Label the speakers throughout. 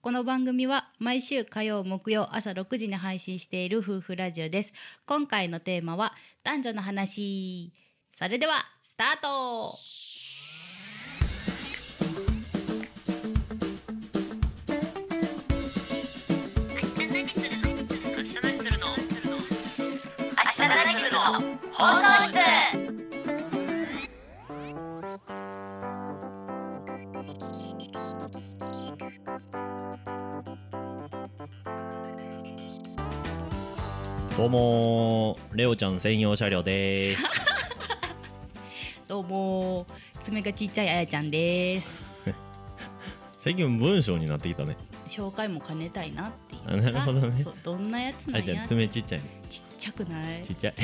Speaker 1: この番組は毎週火曜木曜朝6時に配信している夫婦ラジオです今回のテーマは男女の話それではスタート
Speaker 2: 明日のラジオの放送室
Speaker 3: どうもーレオちゃん専用車両でーす
Speaker 1: どうも爪がちっちゃいあやちゃんです
Speaker 3: 最近文章になってきたね
Speaker 1: 紹介も兼ねたいなっていう
Speaker 3: あなるほどね
Speaker 1: そうどんなやつ
Speaker 3: あ
Speaker 1: なん
Speaker 3: いちゃ
Speaker 1: や
Speaker 3: ん
Speaker 1: ちっ
Speaker 3: 爪ちっちゃいね
Speaker 1: ちゃくない
Speaker 3: ちっちゃい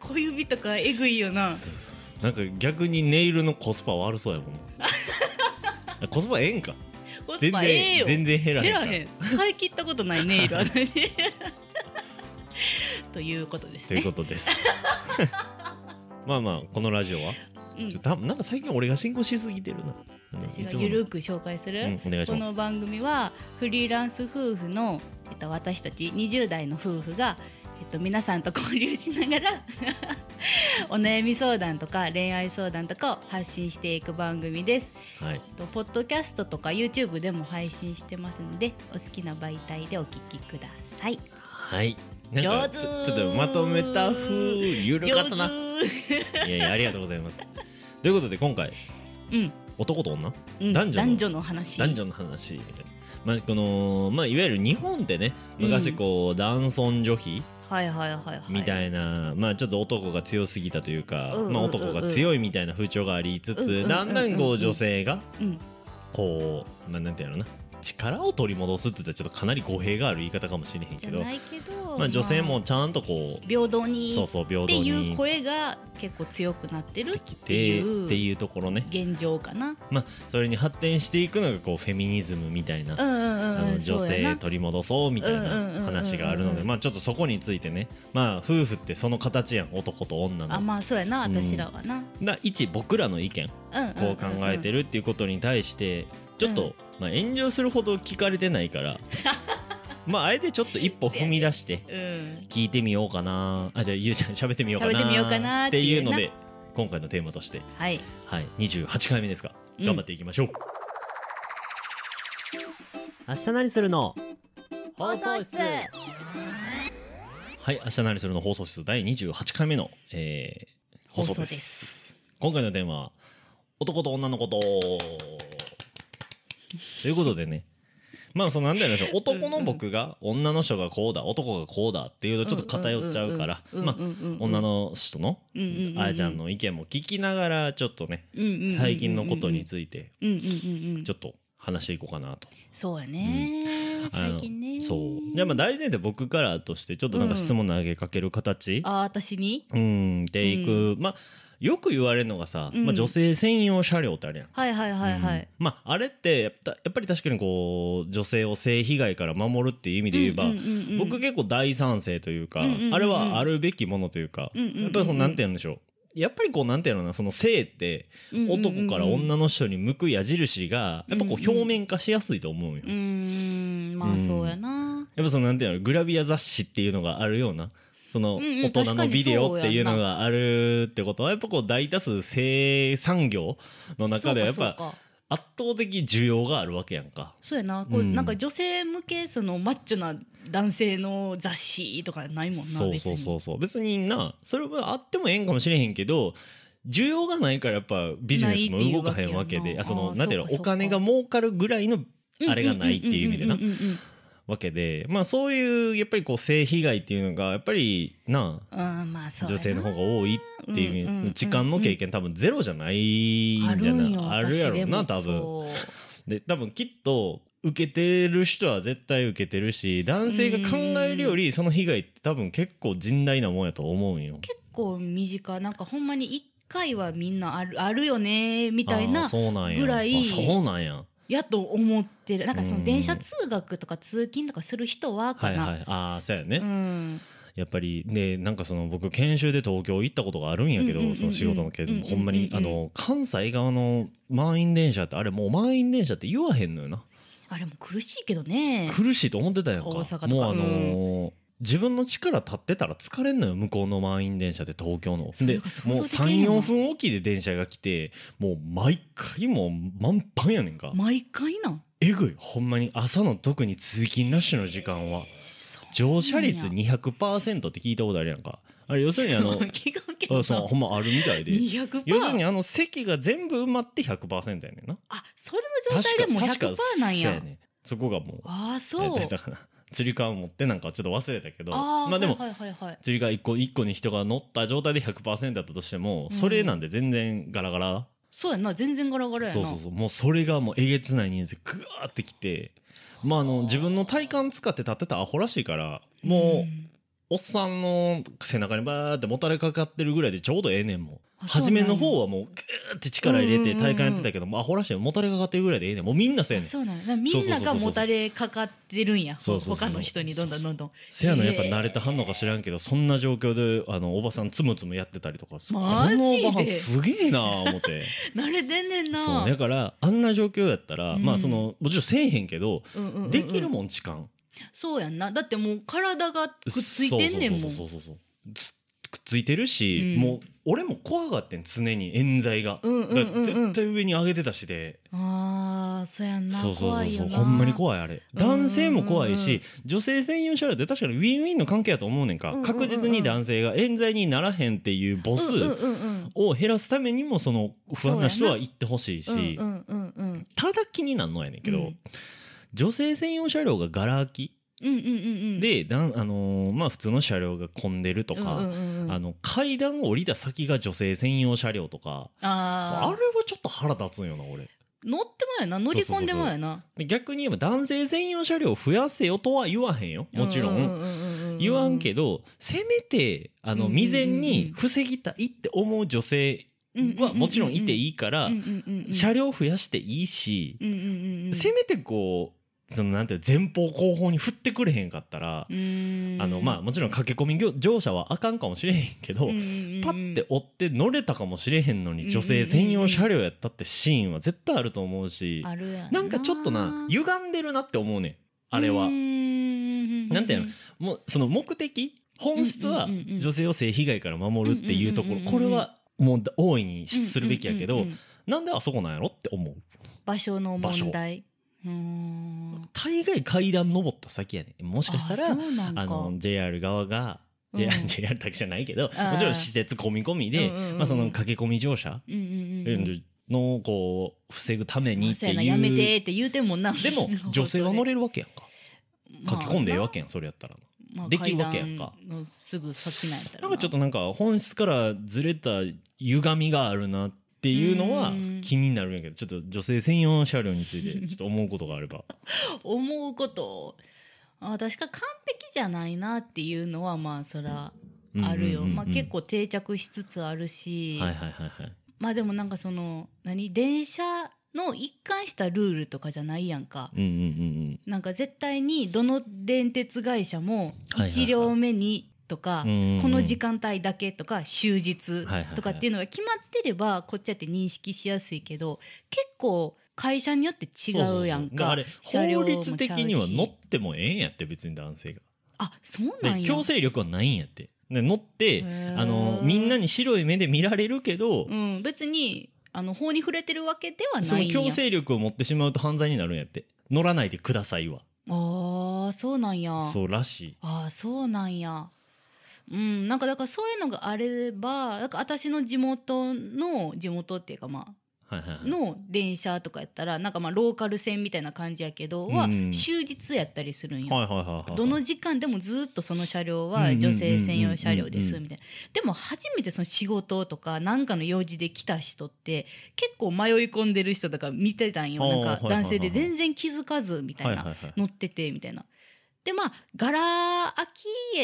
Speaker 1: 小指とかえぐいよな
Speaker 3: なんか逆にネイルのコスパ悪そうやもん あコスパええんか
Speaker 1: コス
Speaker 3: 全
Speaker 1: パ
Speaker 3: 然、
Speaker 1: ええよ
Speaker 3: 全然減らへ
Speaker 1: 減
Speaker 3: んから
Speaker 1: らへん使い切ったことない ネイル私 ということです
Speaker 3: とい
Speaker 1: ね
Speaker 3: う ことですまあまあこのラジオは、
Speaker 1: うん
Speaker 3: ちょたなんか最近俺が進行しすぎてるなあの
Speaker 1: 私
Speaker 3: い
Speaker 1: が
Speaker 3: つもの
Speaker 1: ゆるく紹介する、
Speaker 3: うん、お願いし
Speaker 1: こ
Speaker 3: ま
Speaker 1: の
Speaker 3: す
Speaker 1: 番組はフリーランス夫婦の、えっと、私たち20代の夫婦が、えっと、皆さんと交流しながら お悩み相談とか恋愛相談とかを発信していく番組です。
Speaker 3: はい
Speaker 1: えっとポッドキャストとか YouTube でも配信してますのでお好きな媒体でお聞きください。
Speaker 3: はいなんか
Speaker 1: 上手
Speaker 3: ちょちょっとまとめた風ゆるかったな
Speaker 1: 上手
Speaker 3: いやいやありがとうございますということで今回
Speaker 1: うん、
Speaker 3: 男と女
Speaker 1: うん、
Speaker 3: 男女の
Speaker 1: 男女の話
Speaker 3: 男女の話みたいな、まあこのまあ、いわゆる日本ってね
Speaker 1: うん
Speaker 3: 昔こう、男尊女卑
Speaker 1: はいはいはいはい
Speaker 3: みた
Speaker 1: い
Speaker 3: いな、まあ、ちょっと男が強すぎたというか、
Speaker 1: うんうんうんうん
Speaker 3: まあ、男が強いみたいな風潮がありつつ、
Speaker 1: うんうんうんうん
Speaker 3: だんだんこう女性が
Speaker 1: うん
Speaker 3: こう、まあ、なんていうのかな力を取り戻すって言ったらちょっとかなり語弊がある言い方かもしれへん
Speaker 1: じ
Speaker 3: け
Speaker 1: ゃ
Speaker 3: ど
Speaker 1: ないけど、
Speaker 3: まあ、女性もちゃんとこう、
Speaker 1: 平等に
Speaker 3: そうそう平
Speaker 1: っ
Speaker 3: 等
Speaker 1: ていう
Speaker 3: に
Speaker 1: 声が結構強くなってるっ
Speaker 3: ってて
Speaker 1: いう
Speaker 3: っていうところね、
Speaker 1: 現状かな。
Speaker 3: まあ、それに発展していくのがこうフェミニズムみたいな
Speaker 1: うんうん
Speaker 3: あ
Speaker 1: うんう
Speaker 3: の
Speaker 1: ん。
Speaker 3: 女
Speaker 1: そうや
Speaker 3: 性
Speaker 1: な
Speaker 3: 取り戻そうみたい
Speaker 1: うんうんうんうんう
Speaker 3: なん話があるのでまあちょっとそこについてねまあ夫婦ってその形やん男と女
Speaker 1: あ
Speaker 3: の。
Speaker 1: まあそうやな
Speaker 3: うん
Speaker 1: 私らはな。
Speaker 3: な一僕らの意見
Speaker 1: うんうん
Speaker 3: こう考えて
Speaker 1: る。
Speaker 3: るっていうことに対してちょっ
Speaker 1: うん
Speaker 3: とまあ炎上するほど聞かれてないから まああえてちょっと一歩踏み出して
Speaker 1: うん。
Speaker 3: 聞いてみようかなあじゃあゆうちゃん喋ってみようか
Speaker 1: 喋ってみようか
Speaker 3: な
Speaker 1: な
Speaker 3: っ
Speaker 1: って
Speaker 3: てい
Speaker 1: いう
Speaker 3: う
Speaker 1: な
Speaker 3: ので今回のテーマとして
Speaker 1: はい。
Speaker 3: はい28回目ですが
Speaker 1: うん
Speaker 3: 頑張っていきましょう明日何するの
Speaker 2: 放送室
Speaker 3: はい、明日何するの放送室第28回目の、えー放送
Speaker 1: 放
Speaker 3: で
Speaker 1: 送
Speaker 3: す
Speaker 1: です
Speaker 3: 今回のテーマは、男と女のこと。ということでね、まあ、そのなんだろう、男の僕が、女の人がこうだ、男がこうだっていうとちょっと偏っちゃうから、まあ、女
Speaker 1: の
Speaker 3: の人の、あやちゃんの意見も聞きながら、ちょっとね、最近のことに。ついて、
Speaker 1: うんうんうんうん。
Speaker 3: ちょっと話していこうかなと。
Speaker 1: そうやね。
Speaker 3: あの
Speaker 1: 最近ね。
Speaker 3: そう。じゃあ、まあ、大前提僕からとして、ちょっとなんか質問投げかける形、
Speaker 1: あ私に。
Speaker 3: うん、でいく、まあよく言われるのがさ、
Speaker 1: うん
Speaker 3: まあ、女性専用車両ってあるやん。
Speaker 1: はいはいはいは
Speaker 3: うん
Speaker 1: い。
Speaker 3: まああれってやっぱやっぱり確かにこう女性を性被害から守るっていう意味で言えば、僕結構大賛成というか、
Speaker 1: うんうんうんうん
Speaker 3: あれはあるべきものというか、
Speaker 1: うんうんうんうん
Speaker 3: やっぱりそのなんて言うんでしょうやっぱりこうなんて言うのかなその性って男から女の人に向く矢印がやっぱこう表面化しやすいと思うよ。
Speaker 1: うんうんまあそうやな。
Speaker 3: やっぱそのなんていうのグラビア雑誌っていうのがあるようなその
Speaker 1: うんうん
Speaker 3: 大人のビデオっていうの
Speaker 1: 確かにそうやん
Speaker 3: があるってことはやっぱこう大多数生産業の中ではやっ
Speaker 1: そうか
Speaker 3: ぱ
Speaker 1: そうか
Speaker 3: 圧倒的需要があるわけやんか。
Speaker 1: そうやなこう、
Speaker 3: うん
Speaker 1: なんか女性向けそのマッチョな男性の雑誌とかないもんな
Speaker 3: そう
Speaker 1: 別
Speaker 3: そ
Speaker 1: に
Speaker 3: うそうそう別になそれはあってもええんかもしれへんけど需要がないからやっぱビジネスも動かへ
Speaker 1: ないってい
Speaker 3: んわけ
Speaker 1: うわけや
Speaker 3: で
Speaker 1: な
Speaker 3: あそ
Speaker 1: あ
Speaker 3: の
Speaker 1: ー
Speaker 3: なんていうの
Speaker 1: そうかそう
Speaker 3: お
Speaker 1: か
Speaker 3: 金が儲かるぐらいの
Speaker 1: うんうんうんうんうんうん
Speaker 3: あれがないっていう意味でな
Speaker 1: うんうん
Speaker 3: わけでまあそういうやっぱりこう性被害っていうのがやっぱりな
Speaker 1: うんうんまあそうや
Speaker 3: 女
Speaker 1: な
Speaker 3: 性の方が多いっていう、
Speaker 1: うんうんうんうん
Speaker 3: 時間の経験多分ゼロじゃないんじゃないあるやろうな多分
Speaker 1: 分
Speaker 3: で多分きっと受けてる人は絶対受けてるし男性が考えるよりその被害って多分結構甚大なもんやと思うんよ
Speaker 1: 結構身近なんかほんまに一回はみんなあるあるよねみたい
Speaker 3: あー
Speaker 1: な
Speaker 3: そうなんや
Speaker 1: ぐらい
Speaker 3: あそうなんや
Speaker 1: やと思ってるなんかその
Speaker 3: うん
Speaker 1: 電車通学とか通勤とかする人はか
Speaker 3: はい
Speaker 1: な、
Speaker 3: はいああそうやね、
Speaker 1: うん
Speaker 3: やっぱりねなんかその僕研修で東京行ったことがあるんやけ
Speaker 1: うんうんうんう
Speaker 3: ど
Speaker 1: ん
Speaker 3: その仕事のけ
Speaker 1: うんうんうん
Speaker 3: ほんまにあの関西側の満員電車ってあれもう満員電車って言わへんのよな
Speaker 1: あれも苦しいけどね
Speaker 3: 苦しいと思ってたやんか
Speaker 1: 大阪とか
Speaker 3: もうあのー自分の力立ってたら疲れんのよ向こうの満員電車で東京の
Speaker 1: それ
Speaker 3: で
Speaker 1: が想
Speaker 3: もう
Speaker 1: 像できへんよな
Speaker 3: 34分おきで電車が来てもう毎回もう満帆やねんか
Speaker 1: 毎回な
Speaker 3: えぐいほんまに朝の特に通勤ラッシュの時間は
Speaker 1: そう
Speaker 3: 乗車率200%って聞いたことあるやんかあれ要するに あの
Speaker 1: 気が受け
Speaker 3: あそうほんまあるみたいで
Speaker 1: 200%
Speaker 3: 要するにあの席が全部埋まって100%やねんな
Speaker 1: あそれの状態でも
Speaker 3: 確か
Speaker 1: 100%なん
Speaker 3: そう
Speaker 1: や
Speaker 3: ねそこがもう
Speaker 1: ああ
Speaker 3: 何
Speaker 1: そう
Speaker 3: やったかな 釣り革持ってなんかちょっと忘れたけど
Speaker 1: あー
Speaker 3: まあでも
Speaker 1: はいはいはいはい
Speaker 3: 釣り革一個一個に人が乗った状態で100%だったとしても
Speaker 1: うん
Speaker 3: それなんで全然ガラガラ、
Speaker 1: そうやんな全然ガラガラやな
Speaker 3: そうそうそうもうそれがもうえげつない人数グワーってきてまああの自分の体幹使って立ってたアホらしいからもうおっさんの背中にバーってもたれかかってるぐらいでちょうどええねんもう
Speaker 1: あそうな
Speaker 3: 初
Speaker 1: んや
Speaker 3: めの方はもうグーって力入れ
Speaker 1: うん
Speaker 3: て
Speaker 1: うんうん
Speaker 3: 体幹やってたけどもうアホらしいもたれかかってるぐらいでええねんもうみんなそう
Speaker 1: う
Speaker 3: や
Speaker 1: ん
Speaker 3: ねん
Speaker 1: そうなんやだからみんながもたれかかってるんや
Speaker 3: そうそうそうそう
Speaker 1: 他の人にどんどんどんどん
Speaker 3: せやの
Speaker 1: へ
Speaker 3: や
Speaker 1: え
Speaker 3: っぱ慣れたはんのか知らんけどそんな状況であのおばさんつむつむやってたりとかこ
Speaker 1: マジで
Speaker 3: のおばさんすげえなあ思って。
Speaker 1: 慣れてんねん な
Speaker 3: そうだからあんな状況やったら、
Speaker 1: うん
Speaker 3: まあそのもちろんせえへんけど、
Speaker 1: うんうんうんうん
Speaker 3: できるもん痴漢
Speaker 1: そうやんなだってもう体がくっついてんねんもん
Speaker 3: そうそうそうそうそうつくっついてるし、
Speaker 1: うん
Speaker 3: もう俺も怖がってん常に冤罪が、
Speaker 1: うんうんうんうん
Speaker 3: だから絶対上に上げてたしで、
Speaker 1: あーそうやんな
Speaker 3: そうそう
Speaker 1: 怖
Speaker 3: そう
Speaker 1: い
Speaker 3: そ
Speaker 1: よ
Speaker 3: う
Speaker 1: な
Speaker 3: ほんまに怖いあれ男性も怖いし、
Speaker 1: うんうんうん
Speaker 3: 女性専用車両って確かにウィンウィンの関係やと思うねん
Speaker 1: う
Speaker 3: か、
Speaker 1: んうんうんうん
Speaker 3: 確実に男性が冤罪にならへんっていう母数
Speaker 1: うんうんうん
Speaker 3: を減らすためにもその不安な人は行ってほしいし、
Speaker 1: うんうんうんうんうん
Speaker 3: ただ気になんのやねんけど、
Speaker 1: うん
Speaker 3: 女性専用車両がガラ空き
Speaker 1: うんうんうんうん
Speaker 3: で、だんあのーまあ、普通の車両が混んでるとか、
Speaker 1: うんうんうんうん
Speaker 3: あの階段を降りた先が女性専用車両とか
Speaker 1: あ
Speaker 3: あれ
Speaker 1: ー
Speaker 3: はちょっと腹立つんよな俺
Speaker 1: 乗ってもやな乗り込んでもやな
Speaker 3: で逆に言えば男性専用車両を増やせよとは言わへんよもちろん,、言わんけ
Speaker 1: ど
Speaker 3: どせめてあの
Speaker 1: うん
Speaker 3: 未然に防ぎたいって思う女性はもちろんいていいから、車両増やしていいし、せめてこうそのなんていうの前方後方に振ってくれへんかったら、あのまあもちろん駆け込み業乗車はあかんかもしれへんけど、パッて追って乗れたかもしれへんの
Speaker 1: うんうんうんう
Speaker 3: に
Speaker 1: ん
Speaker 3: 女性専用車両やったってシーンは絶対あると思うし
Speaker 1: あるや
Speaker 3: なんかちょっとな歪んでるなって思うねんあれ
Speaker 1: な
Speaker 3: は
Speaker 1: ん
Speaker 3: ていうのもうその目的本質は
Speaker 1: うんうんうんうん
Speaker 3: 女性を性被害から守るっていうとこ
Speaker 1: うんうんうんう
Speaker 3: ろ
Speaker 1: ん
Speaker 3: これはもう大いにするべきやけ
Speaker 1: うんう
Speaker 3: ど
Speaker 1: んうんうん
Speaker 3: なんであそこなんやろって思う
Speaker 1: 場所の
Speaker 3: 場所
Speaker 1: 問題うーん
Speaker 3: 大概階段登った先やねんもしかしたら
Speaker 1: あそうなんか
Speaker 3: あの JR 側が
Speaker 1: うん
Speaker 3: JR, JR だけじゃないけど
Speaker 1: ー
Speaker 3: もちろん施設込み込みで
Speaker 1: うんうんうん
Speaker 3: まあその駆け込み乗車
Speaker 1: うんうんうんうん
Speaker 3: のこう防ぐために
Speaker 1: まあ
Speaker 3: っ
Speaker 1: そ
Speaker 3: て
Speaker 1: うや
Speaker 3: いう
Speaker 1: なやめてって言うてんもんな
Speaker 3: でも女性は乗れるわけやんか書
Speaker 1: まあ
Speaker 3: き込んでええわけやんそれやったら
Speaker 1: まあ
Speaker 3: できるわけやんか
Speaker 1: 階段のすぐ先なんやったら
Speaker 3: なんかちょっとなんか本質からずれた歪みがあるなっていうのは
Speaker 1: うん
Speaker 3: 気になるんやけどちょっと女性専用車両につい てちょっと思うことがあれば
Speaker 1: 思うことあ私が完璧じゃないなっていうのはまあそらあるよ、
Speaker 3: うんうんうんうん
Speaker 1: まあ、結構定着しつつあるし、
Speaker 3: はいはいはいはい
Speaker 1: まあでもなんかその何電車の一貫したルールとかじゃないやんか、
Speaker 3: うんうん
Speaker 1: なんか絶対にどの電鉄会社も
Speaker 3: はいはいはい
Speaker 1: 1両目にとか、
Speaker 3: うんうんうん
Speaker 1: この時間帯だけとか終日
Speaker 3: はいはいはい
Speaker 1: とかっていうのが決まってればこっちだって認識しやすいけど結構会社によって違うやん
Speaker 3: そそそだらあ
Speaker 1: か
Speaker 3: れ
Speaker 1: 車両も
Speaker 3: 法
Speaker 1: ちゃうし
Speaker 3: 律的には乗ってもええんやって別に男性が
Speaker 1: あそうなん
Speaker 3: で
Speaker 1: や
Speaker 3: 強制力はないんやってで乗って
Speaker 1: へー
Speaker 3: あのみんなに白い目で見られるけど
Speaker 1: うん、別にあの法に触れてるわけでは
Speaker 3: そ
Speaker 1: な
Speaker 3: の
Speaker 1: いんや
Speaker 3: 強制力を持ってしまうと犯罪になるんやって乗らないでくださいは
Speaker 1: ああそうなんや
Speaker 3: そうらしい
Speaker 1: ああそうなんやうんなんかだからそういうのがあればなんか私の地元の地元っていうかま
Speaker 3: はいはいは
Speaker 1: あ
Speaker 3: い
Speaker 1: の電車とかやったらなんかまあローカル線みたいな感じやけどは
Speaker 3: うん
Speaker 1: 終日やったりするんや、
Speaker 3: はいはいはいはい
Speaker 1: どの時間でもずっとその車両
Speaker 3: うんうん
Speaker 1: は
Speaker 3: うん
Speaker 1: 女性専用車両で
Speaker 3: うんうん
Speaker 1: す
Speaker 3: うん
Speaker 1: みたいなでも初めてその仕事とかなんかの用事で来た人って結構迷い込んでる人とか見てたんよ
Speaker 3: あー
Speaker 1: なん
Speaker 3: はいはい
Speaker 1: か
Speaker 3: はいは
Speaker 1: 男
Speaker 3: い
Speaker 1: 性で全然気づかずみたい
Speaker 3: は
Speaker 1: ない
Speaker 3: はいはい
Speaker 1: 乗っててみたいなでまあガラ空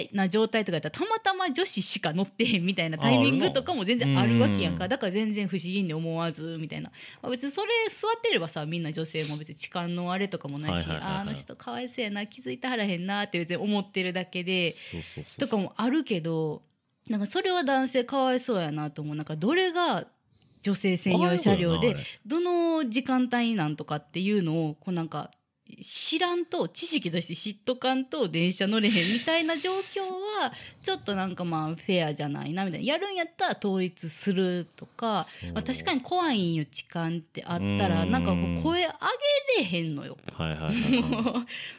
Speaker 1: きな状態とかやったらたまたま女子しか乗ってへんみたいなタイミングとかも全然あるわけやん
Speaker 3: あるなう
Speaker 1: か
Speaker 3: ん
Speaker 1: だから全然不思議に思わずみたいな、まあ、別にそれ座ってればさみんな女性も別に痴漢のあれとかもないし、
Speaker 3: はいはいはいはい
Speaker 1: ああの人かわいそうやな気づいてはらへんなって別に思ってるだけで
Speaker 3: そうそうそう
Speaker 1: とかもあるけどなんかそれは男性かわいそうやなと思うなんかどれが女性専用車両
Speaker 3: あ
Speaker 1: で
Speaker 3: るよなあれ
Speaker 1: どの時間帯なんとかっていうのをこうなんか知らんと知識として知っとかんと電車乗れへんみたいな状況はちょっとなんかまあフェアじゃないなみたいなやるんやったら統一するとか、
Speaker 3: そう
Speaker 1: まあ、確かに怖いんよ痴漢ってあったら
Speaker 3: うん
Speaker 1: なんかこう声上げれへんのよ。
Speaker 3: はいはいはいはい
Speaker 1: も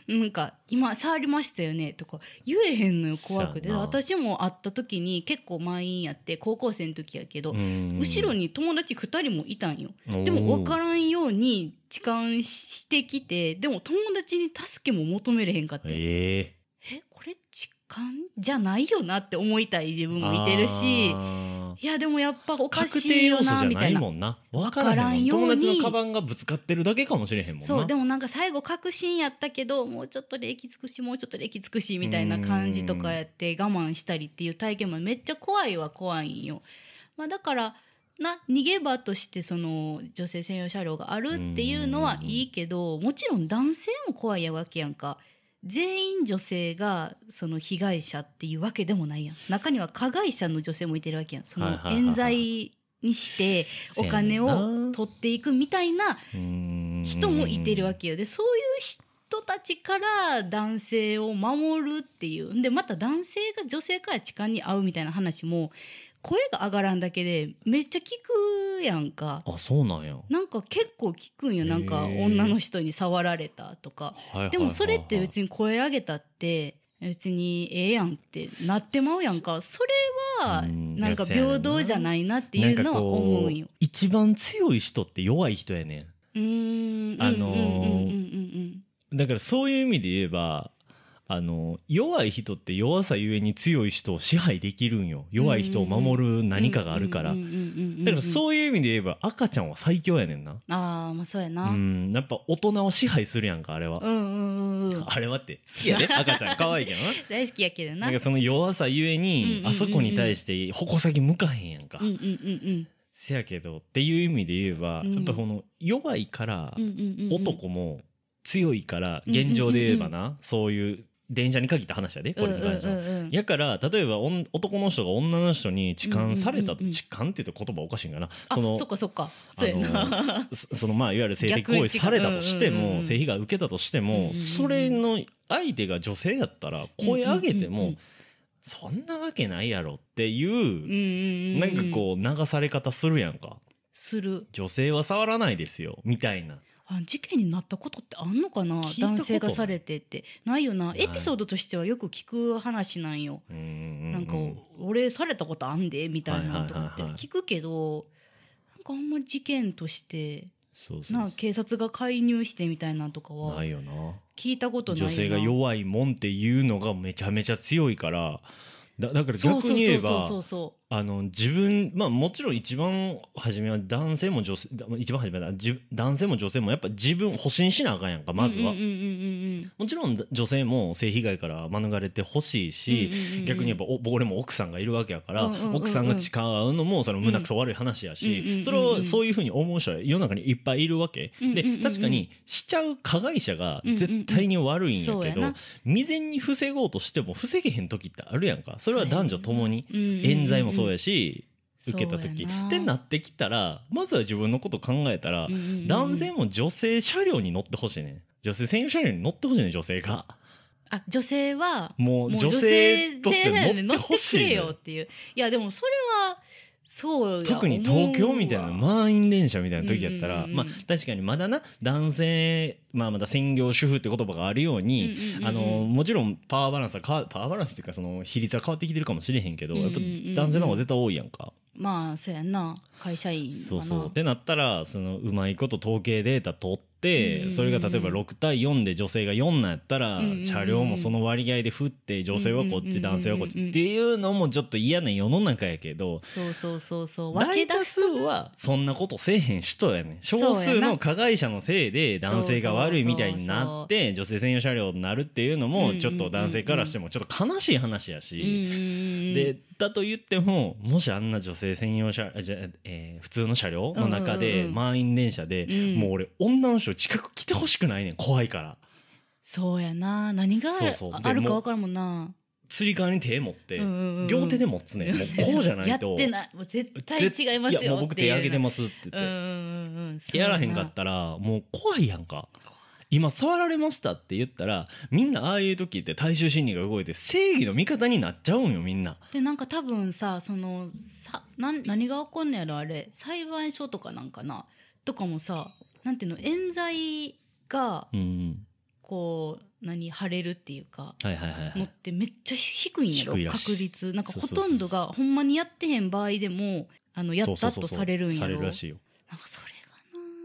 Speaker 1: う なんか「今触りましたよね」とか言えへんのよ怖くて
Speaker 3: そうやな
Speaker 1: 私も会った時に結構満員やって高校生の時やけど、
Speaker 3: うん
Speaker 1: 後ろに友達2人もいたんよ。
Speaker 3: おー
Speaker 1: でも分からんように痴漢してきてでも友達に助けも求めれへんかったよ
Speaker 3: ええ
Speaker 1: えこれ痴漢じゃないよなって思いたい自分もいてるし
Speaker 3: あー
Speaker 1: いやでもやっぱおか
Speaker 3: 確
Speaker 1: し
Speaker 3: 定
Speaker 1: いよ
Speaker 3: 要素
Speaker 1: な
Speaker 3: じゃ
Speaker 1: みた
Speaker 3: ない
Speaker 1: いな
Speaker 3: もんな分
Speaker 1: わ
Speaker 3: か
Speaker 1: からら
Speaker 3: へん
Speaker 1: んよう
Speaker 3: も
Speaker 1: に
Speaker 3: ん友達のカバンがぶつかってるだけかもしれへんもんな
Speaker 1: そうでもなんか最後確信やったけどもうちょっとで息尽くしもうちょっとで息尽くしみたいな感じとかやって我慢したりっていう体験もめっちゃ怖いは怖いんよ。まあ、だからな逃げ場としてその女性専用車両があるっていうのはいいけどもちろん男性も怖いわけやんか全員女性がその被害者っていうわけでもないやん中には加害者の女性もいてるわけやんそ
Speaker 3: は
Speaker 1: の
Speaker 3: いはいはいはい
Speaker 1: 冤罪にしてお金を取っていくみたいな人もいてるわ
Speaker 3: け
Speaker 1: けよでそういう人たちから男性を守るっていうんでまた男性が女性から痴漢に遭うみたいな話も声が上がらんだけでめっちゃ聞くやんか
Speaker 3: あそうなんや
Speaker 1: なんか結構聞くんよなんか
Speaker 3: へー
Speaker 1: 女の人に触られたとかでもそれって別に声上げたって別にええやんってなってまうやんかそれは
Speaker 3: うん
Speaker 1: なんか
Speaker 3: いやそうやねんな
Speaker 1: 平等じゃないなっていうのは思うんよ。
Speaker 3: 一番強い人って弱い人やね
Speaker 1: うーん
Speaker 3: あ
Speaker 1: うんうん
Speaker 3: のー
Speaker 1: うんうん
Speaker 3: んだからそういう意味で言えばあの弱い人って弱さゆえに強い人を支配できるんよ弱い人を守る何かがあるから
Speaker 1: うんうんうんうんうん
Speaker 3: だからそういう意味で言えば赤ちゃんは最強やねんな
Speaker 1: ああまあそうや
Speaker 3: う
Speaker 1: な、うん、
Speaker 3: んやっぱ大人を支配するやんかあれは
Speaker 1: うんうんうん
Speaker 3: あれはって好きやで赤ちゃん可愛いけどな
Speaker 1: 大好きやけ どな
Speaker 3: なんかその弱さゆえ
Speaker 1: うんうんうん
Speaker 3: に
Speaker 1: うん
Speaker 3: あそこに対して矛先向かへんやんか
Speaker 1: うんうんうん
Speaker 3: せやけどっていう意味で言えば
Speaker 1: うん
Speaker 3: やっぱこの弱いから
Speaker 1: うんうんうんうん
Speaker 3: 男も強いから現状で言えばなそういう電車に限った話やでこれに関して
Speaker 1: うん
Speaker 3: は。
Speaker 1: うんうんうん
Speaker 3: やから例えばおん男の人が女の人に痴漢された
Speaker 1: うんうんう
Speaker 3: と
Speaker 1: んうん
Speaker 3: 痴漢って言うと言葉おかしいんかな
Speaker 1: あ
Speaker 3: その
Speaker 1: そっかそっかそうや な、
Speaker 3: あのそそのまあいわゆる性的行為されたとして
Speaker 1: 逆に違ううんうんうん
Speaker 3: も性被害受けたとして
Speaker 1: うんうんう
Speaker 3: も
Speaker 1: ん
Speaker 3: それの相手が女性やったら声上
Speaker 1: う
Speaker 3: げて
Speaker 1: んうんうんう
Speaker 3: も
Speaker 1: ん
Speaker 3: そんなわけないやろっていう
Speaker 1: な
Speaker 3: なんかこう流され方するやんか
Speaker 1: する
Speaker 3: 女性は触らないですよみたいな
Speaker 1: あ事件になったことってあんのかな
Speaker 3: 聞いたことない
Speaker 1: 男性がされてってないよな
Speaker 3: ない
Speaker 1: エピソードとしてはよく聞く話なんよ、
Speaker 3: な
Speaker 1: なんか俺されたことあんでみたいなのとかって
Speaker 3: はいはいはいはい
Speaker 1: 聞くけどなんかあんま事件として
Speaker 3: そうそう
Speaker 1: な警察が介入してみたいなのとかは
Speaker 3: ないよな
Speaker 1: 聞いたことないよ
Speaker 3: 女
Speaker 1: な
Speaker 3: 性が弱いもんっていうのがめちゃめちゃ強いからだだから逆に言えば
Speaker 1: そうそうそうそう
Speaker 3: あの自分まあもちろん一番初めは男性も女性だ一番初めはじゅ男性も女性もやっぱ自分保身しなあかんやんかまずは、
Speaker 1: うんうんうんうん
Speaker 3: もちろんだ女性も性被害から免れてほしいし、
Speaker 1: うん
Speaker 3: 逆に言えばお俺も奥さんがいるわけやから、
Speaker 1: うんうんうんうん
Speaker 3: 奥さんが誓うのもその胸くそ悪い話やし、
Speaker 1: うんうんうんうん
Speaker 3: それをそういうふうに思う人は世の中にいっぱいいるわけ、
Speaker 1: うんうんうんうん
Speaker 3: で確かにしちゃう加害者が絶対に悪いんやけど、
Speaker 1: うんうんうんそうやな
Speaker 3: 未然に防ごうとしても防げへん時ってあるやんかそれは男女ともに、
Speaker 1: うんうんうん
Speaker 3: 冤罪もそうやし、受けた時
Speaker 1: そうやな
Speaker 3: ってなってきたらまずは自分のこと考えたら、
Speaker 1: うんうんうん
Speaker 3: 男性も女性車両に乗ってほしいね女性専用車両に乗ってほしいね女性が
Speaker 1: あ女性はも
Speaker 3: もう
Speaker 1: う
Speaker 3: 女
Speaker 1: 女
Speaker 3: 性
Speaker 1: 性
Speaker 3: として乗
Speaker 1: 乗
Speaker 3: っ
Speaker 1: ってて
Speaker 3: ほ
Speaker 1: く
Speaker 3: しい
Speaker 1: れ
Speaker 3: ね
Speaker 1: よっていういやでもそれはそうや
Speaker 3: 特に東京みたいな
Speaker 1: 思うわ
Speaker 3: 満員電車みたいな時やったら、
Speaker 1: うんうんうん
Speaker 3: まあ確かにまだな男性まあまだ専業主婦って言葉があるように、
Speaker 1: うんうんうん
Speaker 3: あのもちろんパワーバランスはかパワーバランスっていうかその比率は変わってきてるかもしれへんけど、
Speaker 1: うんうんうん
Speaker 3: やっぱ男性の方が絶対多いやんか、
Speaker 1: まあそうやんな会社員かな
Speaker 3: そうそうってなったらそのうまいこと統計データ取っって、
Speaker 1: うん
Speaker 3: それが例えば6対4で女性が4なんやったら、
Speaker 1: うん
Speaker 3: 車両もその割合で振って女性はこっち、
Speaker 1: うん
Speaker 3: 男性はこっち、
Speaker 1: うん
Speaker 3: っていうのもちょっと嫌な世の中やけど
Speaker 1: そうそうそうそう分け
Speaker 3: 大
Speaker 1: 出
Speaker 3: 多
Speaker 1: す
Speaker 3: 数はそんなことせえへん人やねん少
Speaker 1: そう
Speaker 3: 数
Speaker 1: やな
Speaker 3: の加害者のせいで男性が悪いみたいになって女性専用車両になるっていうの
Speaker 1: う
Speaker 3: も
Speaker 1: ん
Speaker 3: ちょっと男性からしてもちょっと悲しい話やし。
Speaker 1: うんうんうん
Speaker 3: でだと言ってももしあんな女性専用車あじゃ、えー普通の車両の
Speaker 1: うん
Speaker 3: 中
Speaker 1: うん
Speaker 3: で
Speaker 1: うん
Speaker 3: 満員電車で、
Speaker 1: うん
Speaker 3: もう俺女の人近く来てほしくないねん怖いから
Speaker 1: そうやな何がある
Speaker 3: そうそうで
Speaker 1: あるか
Speaker 3: もう
Speaker 1: 分からんもんな
Speaker 3: つり革に手持って、両
Speaker 1: 両
Speaker 3: 手で持つねんもうこうじゃないと
Speaker 1: やってないもう絶
Speaker 3: 絶
Speaker 1: 対違いますよ
Speaker 3: いやもう僕手上げて
Speaker 1: も
Speaker 3: ますって言って、
Speaker 1: うんうんうんうん
Speaker 3: やらへんかったらもう怖いやんか今触られましたって言ったらみんなああいう時って大衆心理が動いて正義の味方になっちゃうんよみんな
Speaker 1: でなんか多分さそのさなん何が起こんのやろあれ裁判所とかなんかなとかもさなんていうの冤罪が
Speaker 3: うん
Speaker 1: こう何晴れるっていうか
Speaker 3: はいはいはい、は
Speaker 1: のっ
Speaker 3: い、
Speaker 1: てめっちゃ低いんやろ
Speaker 3: 低いらしい
Speaker 1: 確率なんか
Speaker 3: そう
Speaker 1: ほ
Speaker 3: そうそう
Speaker 1: とんどがほんまにやってへん場合でもあのやっ
Speaker 3: そ
Speaker 1: た
Speaker 3: うそうそう
Speaker 1: と
Speaker 3: そう
Speaker 1: されるんや
Speaker 3: され
Speaker 1: ろなん
Speaker 3: るら
Speaker 1: かそ
Speaker 3: しいよ
Speaker 1: れが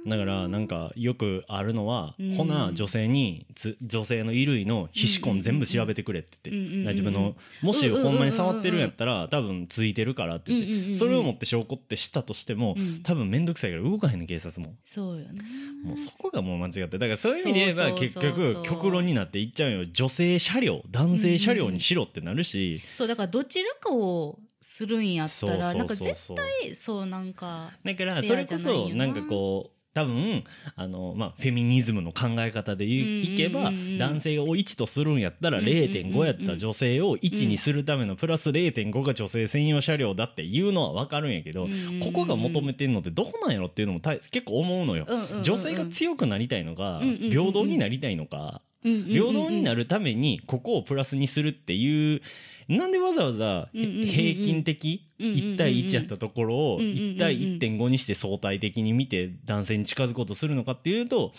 Speaker 1: な
Speaker 3: だからなんかよくあるのは、
Speaker 1: うん
Speaker 3: ほな女性につ女性の衣類の皮脂
Speaker 1: うんうんう
Speaker 3: 痕
Speaker 1: ん
Speaker 3: 全部調べてくれって言って、
Speaker 1: うんうんうん
Speaker 3: だから自分のもしほんまに触ってるんやったら多分ついてるからって言って、
Speaker 1: うんうんうん
Speaker 3: それを持って証拠ってしたとしても、
Speaker 1: うん
Speaker 3: 多分面倒くさいから動かへんね警察も。
Speaker 1: そうよね
Speaker 3: もうそこがもう間違ってだからそういう意味で言えば
Speaker 1: そうそう
Speaker 3: 結
Speaker 1: そうそう
Speaker 3: 局極論になっていっちゃうよ女性車両男性車両にしろってなるし、
Speaker 1: そうだからどちらかをするんやった
Speaker 3: そうそう
Speaker 1: ら
Speaker 3: そ
Speaker 1: なん
Speaker 3: う
Speaker 1: か
Speaker 3: そう
Speaker 1: 絶対そうなんか
Speaker 3: だからそれこそなんかこう多分あの、まあ、フェミニズムの考え方でい,、
Speaker 1: うん
Speaker 3: けば
Speaker 1: うんうんうん
Speaker 3: 男性を1とするんやったら
Speaker 1: うんうんうんうん
Speaker 3: 0.5やった女性を1にするためのプラス0.5が女性専用車両だっていうのは分かるんやけど、ここが求めてんのってどこなんやろっていうのも大結構思うのよ。女性が強くなりたいのか、
Speaker 1: うんうんうん
Speaker 3: 平等になりたいのか、平
Speaker 1: 平
Speaker 3: 等にな
Speaker 1: る
Speaker 3: るためにここをプラスにするっていうなんでわざわざ
Speaker 1: うんうんうんうん
Speaker 3: 平均的
Speaker 1: うんうんうんうん
Speaker 3: 1対1やったところを
Speaker 1: うんうんうんうん
Speaker 3: 1対1.5にして相対的に見て男性に近づこうとするのかっていうと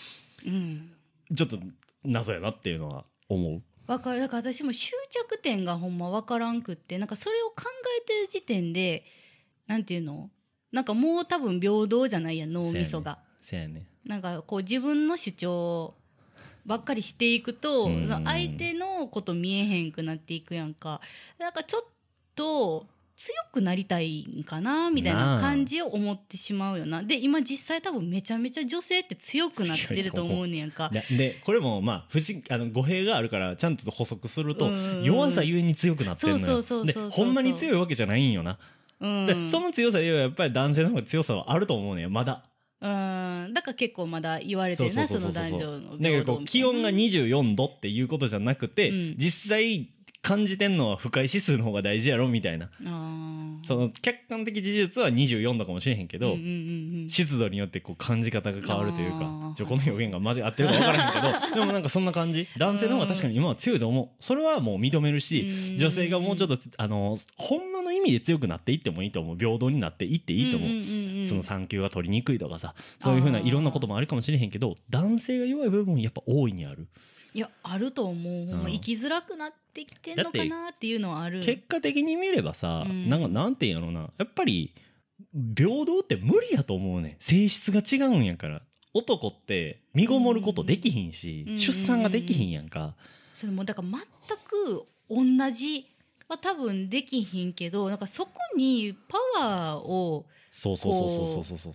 Speaker 1: うん
Speaker 3: ちょっと謎やなっていうのは思う。
Speaker 1: わかるだから私も執着点がほんまわからんくってなんかそれを考えてる時点でなんていうのなんかもう多分平等じゃないやん脳みそが。
Speaker 3: せやね
Speaker 1: なんかこう自分の主張ばっかりしていくと、
Speaker 3: うん
Speaker 1: 相手のこと見えへんくなっていくやんかなんかちょっと強くなりたいんかなみたい
Speaker 3: な
Speaker 1: な
Speaker 3: あ
Speaker 1: 感じを思ってしまうよなで今実際多分めちゃめちゃ女性って強くなってると思うねやんか
Speaker 3: ででこれもまあ不思議あの語弊があるからちゃんと補足すると
Speaker 1: うん
Speaker 3: 弱さゆえに強くなってるの
Speaker 1: そ
Speaker 3: よ
Speaker 1: うそうそうそう
Speaker 3: で
Speaker 1: そう
Speaker 3: ほんまに強いわけじゃないんよな、
Speaker 1: うん
Speaker 3: でその強さよりはやっぱり男性の方が強さはあると思うねんまだ
Speaker 1: うんだから結構まだ言われてるな
Speaker 3: そ
Speaker 1: そう
Speaker 3: そう
Speaker 1: の
Speaker 3: そうそう
Speaker 1: 男女
Speaker 3: そう
Speaker 1: の
Speaker 3: なん
Speaker 1: 平
Speaker 3: か
Speaker 1: 等みたい
Speaker 3: こう気温が24度っていうことじゃなくて、
Speaker 1: うん
Speaker 3: 実際感じてんのは不快指数の方が大事やろみたいな
Speaker 1: あー
Speaker 3: その客観的事実は24度かもしれへんけど、
Speaker 1: うんうんうんうん
Speaker 3: 湿度によってこう感じ方が変わるという
Speaker 1: あ
Speaker 3: か
Speaker 1: ー
Speaker 3: ちょこの表現がマジ合ってるか分からへんけどでもなんかそんな感じ男性の方が確かに今は強いと思うそれはもう認めるし、
Speaker 1: うん
Speaker 3: 女性がもうちょっとつあのほんまの意味で強くなっていってもいいと思う平等になっていっていいと思う、
Speaker 1: んんんん
Speaker 3: その産休が取りにくいとかさそういうふうな
Speaker 1: あー
Speaker 3: いろんなこともあるかもしれへんけど男性が弱い部分やっぱ大いにある
Speaker 1: いやあると思う、ほんま
Speaker 3: うん
Speaker 1: 生きづらくなってきてんのかなっていうのはある
Speaker 3: 結果的に見ればさ、
Speaker 1: うん
Speaker 3: なんかなんて言うんやろなやっぱり平等って無理やと思うねん性質が違うんやから男って身ごもることできひんし、
Speaker 1: うん
Speaker 3: 出産ができひんやんか、
Speaker 1: それもだから全く同じは多分できひんけどなんかそこにパワーを
Speaker 3: そうそうそうそうそうそうそう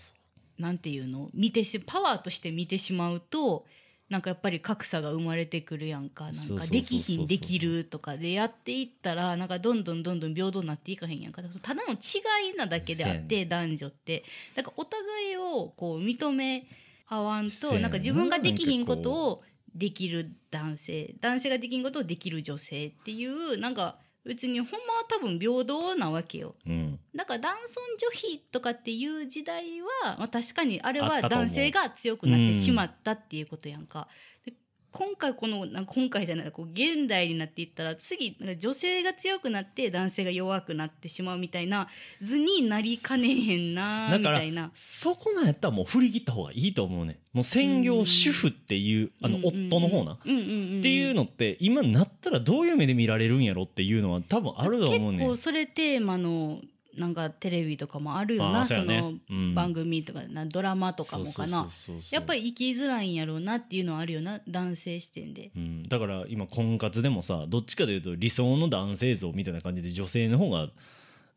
Speaker 1: なんていうの見てしパワーとして見てしまうとなんかやっぱり格差が生まれてくるやんかな
Speaker 3: そ
Speaker 1: ん
Speaker 3: うそ
Speaker 1: か
Speaker 3: うそうそう
Speaker 1: できひんできるとかでやっていったらなんかどんどんどんどん平等になっていかへんやんかだからただの違いなだけであっ
Speaker 3: せや
Speaker 1: て男女ってだからお互いをこう認め合わん
Speaker 3: せ
Speaker 1: と
Speaker 3: やねん
Speaker 1: なんか自分ができひんことをできる男性男性ができんことをできる女性っていうなんか別にほんまは多分平等なわけよ。
Speaker 3: うん
Speaker 1: だから男尊女卑とかっていう時代は、まあ、確かにあれ
Speaker 3: あっ
Speaker 1: は
Speaker 3: たと思う
Speaker 1: 男性が強くなってしまったっていうことやんか。で今回このなんか今回じゃないこう現代になっていったら次なんか女性が強くなって男性が弱くなってしまうみたいな図になりかねへんな
Speaker 3: だ
Speaker 1: み
Speaker 3: から
Speaker 1: たいな。
Speaker 3: そこなんやったらもう振り切った方がいいと思うねんもう専業主婦っていう、あの
Speaker 1: うんうんうん
Speaker 3: 夫の方な、
Speaker 1: うんうんうんうん
Speaker 3: っていうのって今なったらどういう目で見られるんやろっていうのは多分あると思うね
Speaker 1: 結
Speaker 3: ん
Speaker 1: 構それテーマのなんかテレビとかもあるよ
Speaker 3: あ
Speaker 1: な
Speaker 3: ー
Speaker 1: そ,、
Speaker 3: うやね
Speaker 1: の
Speaker 3: うん
Speaker 1: 番組とかなドラマとかもかな
Speaker 3: そうそうそうそう
Speaker 1: やっぱり生きづらいんやろうなっていうのはあるよな男性視点で。
Speaker 3: うん、だから今婚活でもさどっちかというと理想の男性像みたいな感じで女性の方が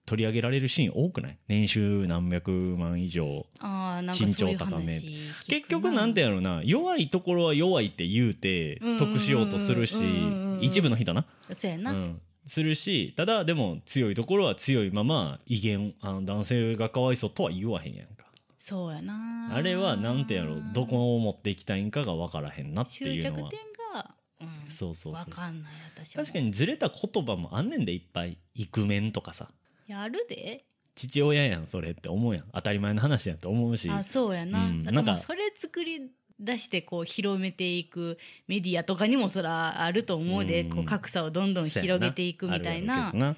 Speaker 3: 取り上げられるシーン多くない年収何百万以上
Speaker 1: あーなんかそういう
Speaker 3: 身長高め
Speaker 1: 話
Speaker 3: 結局なんて
Speaker 1: で
Speaker 3: やろうな弱いところは弱いって言うて
Speaker 1: うんうんうんうん
Speaker 3: 得しようとするし
Speaker 1: うんうんうんうん
Speaker 3: 一部の人な、
Speaker 1: そうや
Speaker 3: う
Speaker 1: な、
Speaker 3: ん、するしただでも強いところは強いまま威厳あの男性がかわいそうとは言わへんやんか
Speaker 1: そうやな
Speaker 3: あれはなんてやろうどこを持っていきたいんかが分からへんなって
Speaker 1: 執
Speaker 3: いう
Speaker 1: 着
Speaker 3: の
Speaker 1: 点
Speaker 3: は
Speaker 1: が、うん、
Speaker 3: そうそうそう
Speaker 1: わかんない私は
Speaker 3: 確かにずれた言葉もあんねんでいっぱい「イクメン」とかさ
Speaker 1: やるで
Speaker 3: 父親やんそれって思うやん当たり前の話やんって思うし
Speaker 1: あそうやな、
Speaker 3: うん
Speaker 1: だからまあ
Speaker 3: なんか
Speaker 1: それ作り出してこう広めていくメディアとかにもそらあると思うで、
Speaker 3: うん
Speaker 1: こう格差をどんどん
Speaker 3: そうやな
Speaker 1: 広げていくみたいな
Speaker 3: あるやろうけどな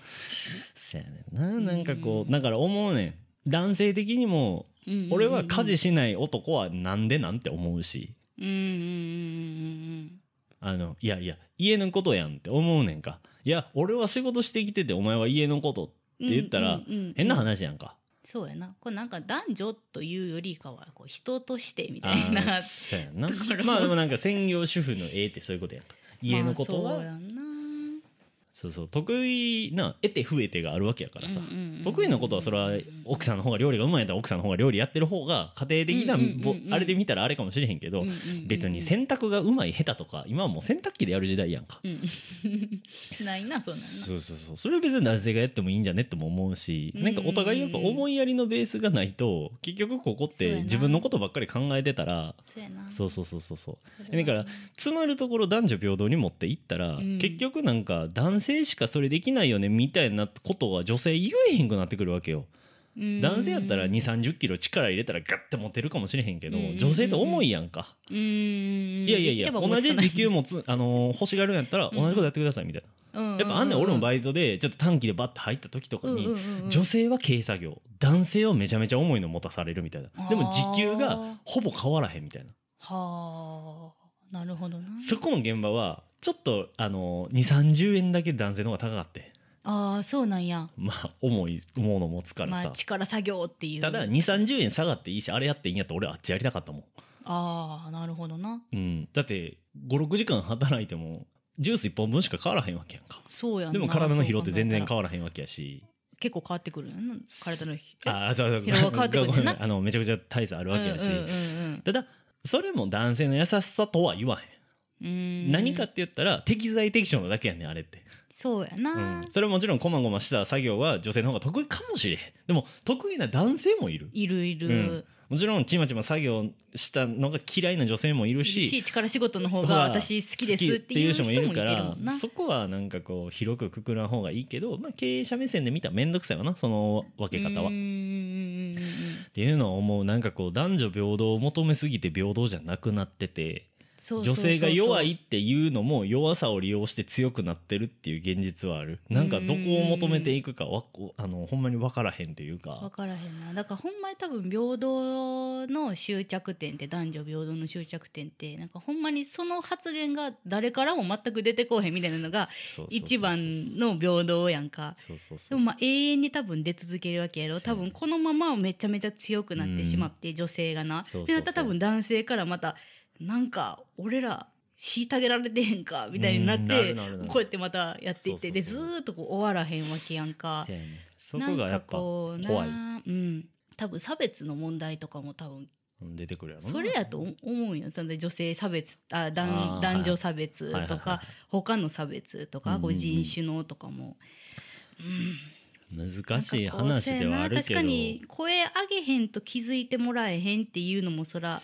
Speaker 3: そうやねんななんかこ
Speaker 1: うん
Speaker 3: うだから思うねん男性的にも
Speaker 1: うんうんうんうん
Speaker 3: 俺は家事しない男はなんでなんて思うし
Speaker 1: うんうんうん
Speaker 3: あのいやいや家のことやんって思うねんかいや俺は仕事してきててお前は家のこと
Speaker 1: うんうん
Speaker 3: って言ったら
Speaker 1: うんうんうん
Speaker 3: 変な話やんか
Speaker 1: そうやなこれなんか男女というよりかはこう人としてみ
Speaker 3: あ
Speaker 1: たいな
Speaker 3: ーそうやんな
Speaker 1: ところ
Speaker 3: まあでもなんか専業主婦の絵ってそういうことやんか家のこと
Speaker 1: まあ
Speaker 3: は
Speaker 1: そうやな
Speaker 3: そうそう得意な得て増えてがあるわけやからさ、
Speaker 1: うんうんうん
Speaker 3: 得意なことはそれは奥さんの方が料理がうまいやったら奥さんの方が料理やってる方が家庭的な
Speaker 1: うんうんうん
Speaker 3: ぼ
Speaker 1: うん
Speaker 3: あれで見たらあれかもしれへんけど
Speaker 1: うんうんうんうん
Speaker 3: 別に洗濯がうまい下手とか今はもう洗濯機でやる時代やんか
Speaker 1: うんないなそうなん やな
Speaker 3: そうそうそうそれは別に男性がやってもいいんじゃねっても思うし
Speaker 1: うん
Speaker 3: なんかお互いやっぱ思いやりのベースがないと結局ここっ
Speaker 1: そうや
Speaker 3: て
Speaker 1: な
Speaker 3: 自分のことばっかり考えてたら
Speaker 1: そうやな
Speaker 3: そうそうそうそうそう
Speaker 1: それ
Speaker 3: だ
Speaker 1: は
Speaker 3: からつまるところ男女平等に持っていったら、
Speaker 1: うん
Speaker 3: 結局なんか男性しかそれできないよねみたいなことは女性言えへんくなってくるわけよ、
Speaker 1: うん
Speaker 3: 男性やったら2 3 0キロ力入れたらガッて持てるかもしれへんけど、
Speaker 1: うん
Speaker 3: 女性って重いやんか、
Speaker 1: うんうん
Speaker 3: いやいやい
Speaker 1: でき
Speaker 3: や
Speaker 1: れば
Speaker 3: 同
Speaker 1: 持
Speaker 3: じ
Speaker 1: つかな
Speaker 3: 時給持つ、あのー欲しがるんやったら
Speaker 1: うん
Speaker 3: 同じことやってくださいみたいな、やっぱあんねん俺もバイトでちょっと短期でバッて入った時とかに、
Speaker 1: うんうんうん
Speaker 3: 女性は軽作業男性はめちゃめちゃ重いの持たされるみたいなでも時給がほぼ変わらへんみたいな
Speaker 1: はあなるほどな
Speaker 3: そこの現場はちょっとあの2 3 0円だけ男性の方が高かって
Speaker 1: ああそうなんや
Speaker 3: まあ重いもの持つから
Speaker 1: ま
Speaker 3: さ
Speaker 1: あ、力作業っていう
Speaker 3: ただ2 3 0円下がっていいしあれやっていいんやったら俺はあっちやりたかったも、
Speaker 1: ああなるほどなん
Speaker 3: うん、だって56時間働いてもジュース1本分しか変わらへんわけやんか
Speaker 1: そうやんな
Speaker 3: でも体の疲労って全然
Speaker 1: そう考えた
Speaker 3: 変わらへんわけやし
Speaker 1: ら結構変わってくるよな体のひ
Speaker 3: ああそうそう
Speaker 1: 疲労は変わってくる
Speaker 3: ご
Speaker 1: ねん
Speaker 3: め
Speaker 1: なん
Speaker 3: ごめ んあのめちゃくちゃ大差あるわけやし、ただそれも男性の優しさとは言わへん何
Speaker 1: 何
Speaker 3: かって言ったら適材適所のだけやねんあれって
Speaker 1: そうやな
Speaker 3: それはもちろんこまごました作業は女性の方が得意かもしれへんでも得意な男性もいる
Speaker 1: いるい
Speaker 3: うん
Speaker 1: る
Speaker 3: もちろんちまちま作業したのが嫌いな女性もい
Speaker 1: い
Speaker 3: る
Speaker 1: る
Speaker 3: し
Speaker 1: し力仕事の方
Speaker 3: ほ
Speaker 1: が
Speaker 3: ら
Speaker 1: 私好きですっていう人もいるか
Speaker 3: かららそこはなんかこう広くくくらん方がいいけど、まあ、経営者目線で見たら面倒くさいわなその分け方は。
Speaker 1: う
Speaker 3: っ
Speaker 1: ん
Speaker 3: ていうのは思うなんかこう男女平等を求めすぎて平等じゃなくなってて
Speaker 1: そうそ
Speaker 3: 女
Speaker 1: うそうそう
Speaker 3: 性が弱いっていうのも弱さを利用して強くなってるっていう現実はあるなんかどこを求めていくかわあのほんまに分からへんという
Speaker 1: 分
Speaker 3: か
Speaker 1: からへんなだからほんまに多分平等の執着点って男女平等の執着点ってなんかほんまにその発言が誰からも全く出てこうへんみたいなのが
Speaker 3: そうそうそうそう
Speaker 1: 一番の平等やんか
Speaker 3: そうそうそ
Speaker 1: で
Speaker 3: う
Speaker 1: もまあ永遠に多分出続けるわけやろ多分このままめちゃめちゃ強くなってしまって女性がなっ
Speaker 3: そうそうそう
Speaker 1: てなったら多分男性からまたなんか俺ら虐げられてへんかみたいになっ
Speaker 3: うんな
Speaker 1: て
Speaker 3: るなるなる
Speaker 1: こうやってまたやっていってで
Speaker 3: そう
Speaker 1: ず
Speaker 3: そうそう
Speaker 1: ーっとこう終わらへんわけやんか。
Speaker 3: せやねんそこがやっぱ怖
Speaker 1: なん
Speaker 3: い
Speaker 1: かこうなうん多分差別の問題とかも多分
Speaker 3: うん出てくるやろな
Speaker 1: それやと思うんよその女性差別あ
Speaker 3: あ
Speaker 1: 男
Speaker 3: ー
Speaker 1: 男女差別
Speaker 3: はいはい
Speaker 1: と
Speaker 3: はいは
Speaker 1: か他の差別とか
Speaker 3: うんうん
Speaker 1: こ
Speaker 3: うん
Speaker 1: う人種のとかも
Speaker 3: 難しい話ではあるけ
Speaker 1: 確
Speaker 3: ど
Speaker 1: かに声上げへんと気づいてもらえへんっていうのもそら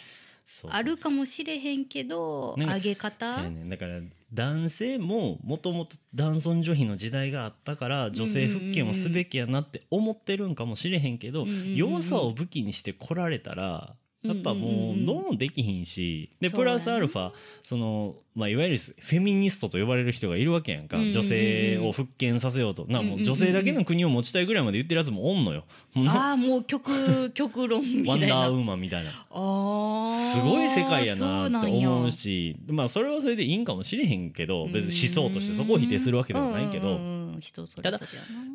Speaker 3: そうそう
Speaker 1: あるかもしれへんけど
Speaker 3: なんか
Speaker 1: 上げ方
Speaker 3: そうやねんだから男性ももともと男尊女卑の時代があったから女性復権をすべきやなって思ってるんかもしれへんけど
Speaker 1: うんうんうん
Speaker 3: 弱さを武器にしてこられたらやっぱ
Speaker 1: うんうん
Speaker 3: も
Speaker 1: うんう
Speaker 3: うんどうもできひんしで
Speaker 1: そう
Speaker 3: プ
Speaker 1: やな
Speaker 3: ラスアルファそのまあいわゆるフェミニストと呼ばれる人がいるわけやんか
Speaker 1: うんうんうん
Speaker 3: 女性を復権させようとなんかもう女性だけの国を持ちたいぐらいまで言ってるやつもおんのよ。ほんま
Speaker 1: ああもう 極極論みた
Speaker 3: ワ
Speaker 1: い
Speaker 3: ンダーウ
Speaker 1: な
Speaker 3: ーマンみたいな
Speaker 1: あー
Speaker 3: すごい世界やなって
Speaker 1: そう
Speaker 3: 思
Speaker 1: なん
Speaker 3: う
Speaker 1: や
Speaker 3: しまあそれはそれでいいんかもしれへんけど別に思想としてそこを否定するわけではないけ
Speaker 1: うん
Speaker 3: ど
Speaker 1: うんうんうん、人それぞれや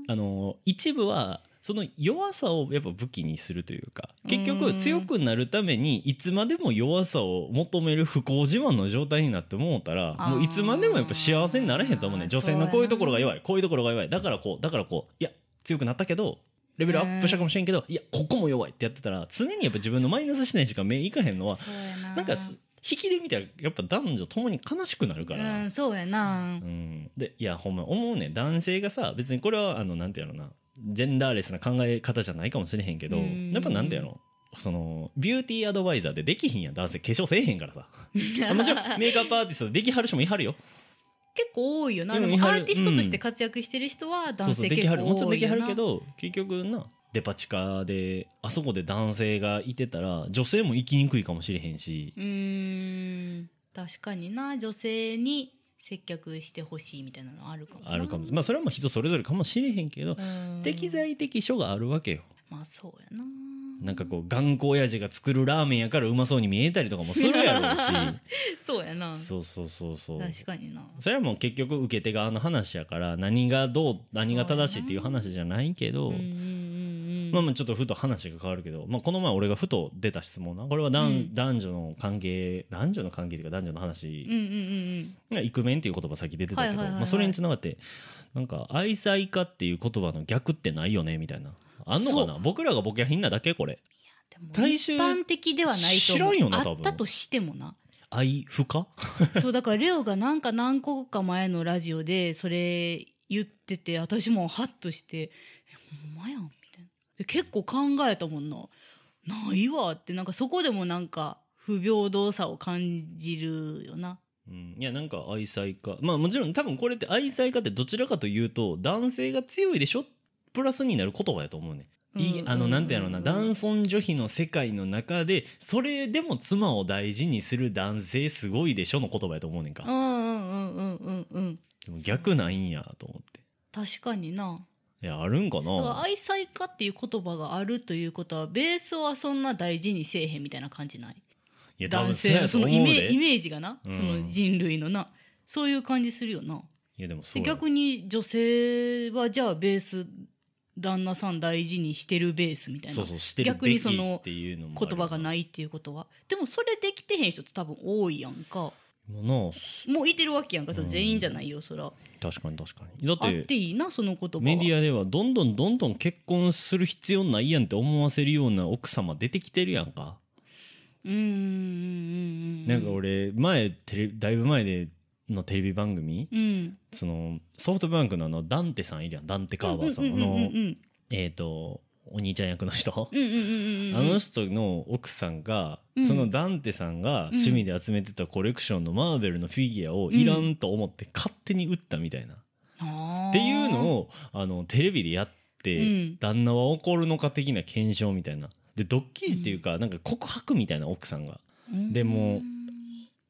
Speaker 3: あの一部はその弱さをやっぱ武器にするというか結
Speaker 1: う
Speaker 3: 局
Speaker 1: ん
Speaker 3: 強くなるためにいつまでも弱さを求める不幸自慢の状態になってもうたら
Speaker 1: あー
Speaker 3: もういつまでもやっぱ幸せになれへんと思うねん女性のこういうところが弱いこういうところが弱いだからこうだからこういや強くなったけどレベルアップしたかもしれんけどいやここも弱いってやってたら常にやっぱ自分のマイナス視点しか目いかへんの
Speaker 1: な
Speaker 3: は
Speaker 1: そうやな
Speaker 3: なんかす引きで見たらやっぱ男女ともに悲しくなるから。
Speaker 1: うんそうやな
Speaker 3: うん、でいやほんま思うねん男性がさ別にこれはあのなんてやろなジェンダーレスな考え方じゃないかもしれへんけど
Speaker 1: うん
Speaker 3: やっぱなんてやろそのビューティーアドバイザーでできひんやん男性化粧せえへんから さあもちろんメイクアップアーティストでできはる人もいはるよ
Speaker 1: 結構多いよな
Speaker 3: うん
Speaker 1: でも
Speaker 3: 見張
Speaker 1: ア
Speaker 3: る
Speaker 1: ーティストとして活躍してる人は
Speaker 3: そう
Speaker 1: 男
Speaker 3: そう
Speaker 1: 性
Speaker 3: で
Speaker 1: 結
Speaker 3: き
Speaker 1: 構多い
Speaker 3: はる
Speaker 1: よな
Speaker 3: もちろんできはるけど結局なデパ地下であそこで男性がいてたら女性も行きにくいかもしれへんし
Speaker 1: うーん確かにな女性に接客してほしいみたいなのあるかもな
Speaker 3: あるかもまあそれはもう人それぞれかもしれへんけど
Speaker 1: うん
Speaker 3: 適材適所があるわけよ
Speaker 1: まあそうやな
Speaker 3: なんかこう頑固親父が作るラーメンやからうまそうに見えたりとかもするやろう
Speaker 1: そうやな
Speaker 3: しそうそうそうそう
Speaker 1: 確かにな
Speaker 3: それはもう結局受け手側の話やから何がどう何が正しいっていう話じゃないけど、
Speaker 1: うんうんうんうん
Speaker 3: まあまあちょっとふと話が変わるけど、まあ、この前俺がふと出た質問なこれは
Speaker 1: う
Speaker 3: 男,、
Speaker 1: ん
Speaker 3: 男女の関係男女の関係というか男女の
Speaker 1: うんう
Speaker 3: 話、
Speaker 1: んうん
Speaker 3: イクメンっていう言葉さっき出てた
Speaker 1: はい
Speaker 3: け
Speaker 1: は
Speaker 3: ど
Speaker 1: いはいはい
Speaker 3: まあそれにつながってなんか愛妻家っていう言葉の逆ってないよねみたいなあんのかな僕らがボケひんなだけこれ
Speaker 1: うんでも
Speaker 3: 大
Speaker 1: 一
Speaker 3: 衆
Speaker 1: 般的ではないと思う
Speaker 3: 知らんよな
Speaker 1: あ
Speaker 3: 多
Speaker 1: っ
Speaker 3: 分
Speaker 1: たとしてもな
Speaker 3: 愛不可
Speaker 1: そうだからレオがなんか何個か前のラジオでそれ言ってて私もハッとして「えほんまやん」みたいなで結構考えたもんな「ないわ」ってなんかそこでもなんか不平等さを感じるよな
Speaker 3: うん、いやなんか愛妻家まあもちろん多分これって愛妻家ってどちらかというと男性が強いでしょプラスになる言葉やと思うねん、いいあのなんてやろうな男尊女卑の世界の中でそれでも妻を大事にする男性すごいでしょの言葉やと思うねんか
Speaker 1: うんうんうんうんうんうん
Speaker 3: でも逆ないんやと思って
Speaker 1: 確かにない
Speaker 3: やあるんか
Speaker 1: だから
Speaker 3: な
Speaker 1: 愛妻家っていう言葉があるということはベースはそんな大事にせえへんみたいな感じない
Speaker 3: いや多
Speaker 1: 男
Speaker 3: 分そう
Speaker 1: 性
Speaker 3: や
Speaker 1: の
Speaker 3: と
Speaker 1: そ
Speaker 3: 思
Speaker 1: の
Speaker 3: う
Speaker 1: イメイ
Speaker 3: で
Speaker 1: メージがな、
Speaker 3: うん
Speaker 1: その人類のなそういう感じするよな。
Speaker 3: いやでもそ
Speaker 1: で
Speaker 3: うや
Speaker 1: 逆に女性はじゃあベース旦那さん大事にしてるベースみたい
Speaker 3: そ
Speaker 1: な
Speaker 3: うそうしてるべきっていうのもある
Speaker 1: 言葉がないっていうことはでもそれできてへん人って多分多いやんか
Speaker 3: も
Speaker 1: もういてるわけやんかそれ全員じゃないよそら
Speaker 3: うな確かに確かにだっ
Speaker 1: あ
Speaker 3: て
Speaker 1: っていいなその言葉は
Speaker 3: メディアではどんどんどんどん結婚する必要ないやんって思わせるような奥様出てきてるやんか、
Speaker 1: うんうんうんうん
Speaker 3: なんか俺前テレだいぶ前でのテレビ番組
Speaker 1: うん
Speaker 3: そのソフトバンクのあのダンテさんいるやんダンテカーバーさんあ
Speaker 1: うんうん
Speaker 3: の
Speaker 1: うん
Speaker 3: えっ、とお兄ちゃん役の人、
Speaker 1: うんうんうんうんうんうん
Speaker 3: あの人の奥さんが、
Speaker 1: うん
Speaker 3: そのダンテさんが趣味で集めてたコレクションのマーベルのフィギュアをいらんと思って勝手に売ったみたいな、
Speaker 1: あー
Speaker 3: っていうのをあのテレビでやって、
Speaker 1: うん
Speaker 3: 旦那は怒るのか的な検証みたいなでドッキリっていうか、なんか告白みたいな奥さんが
Speaker 1: うん
Speaker 3: でも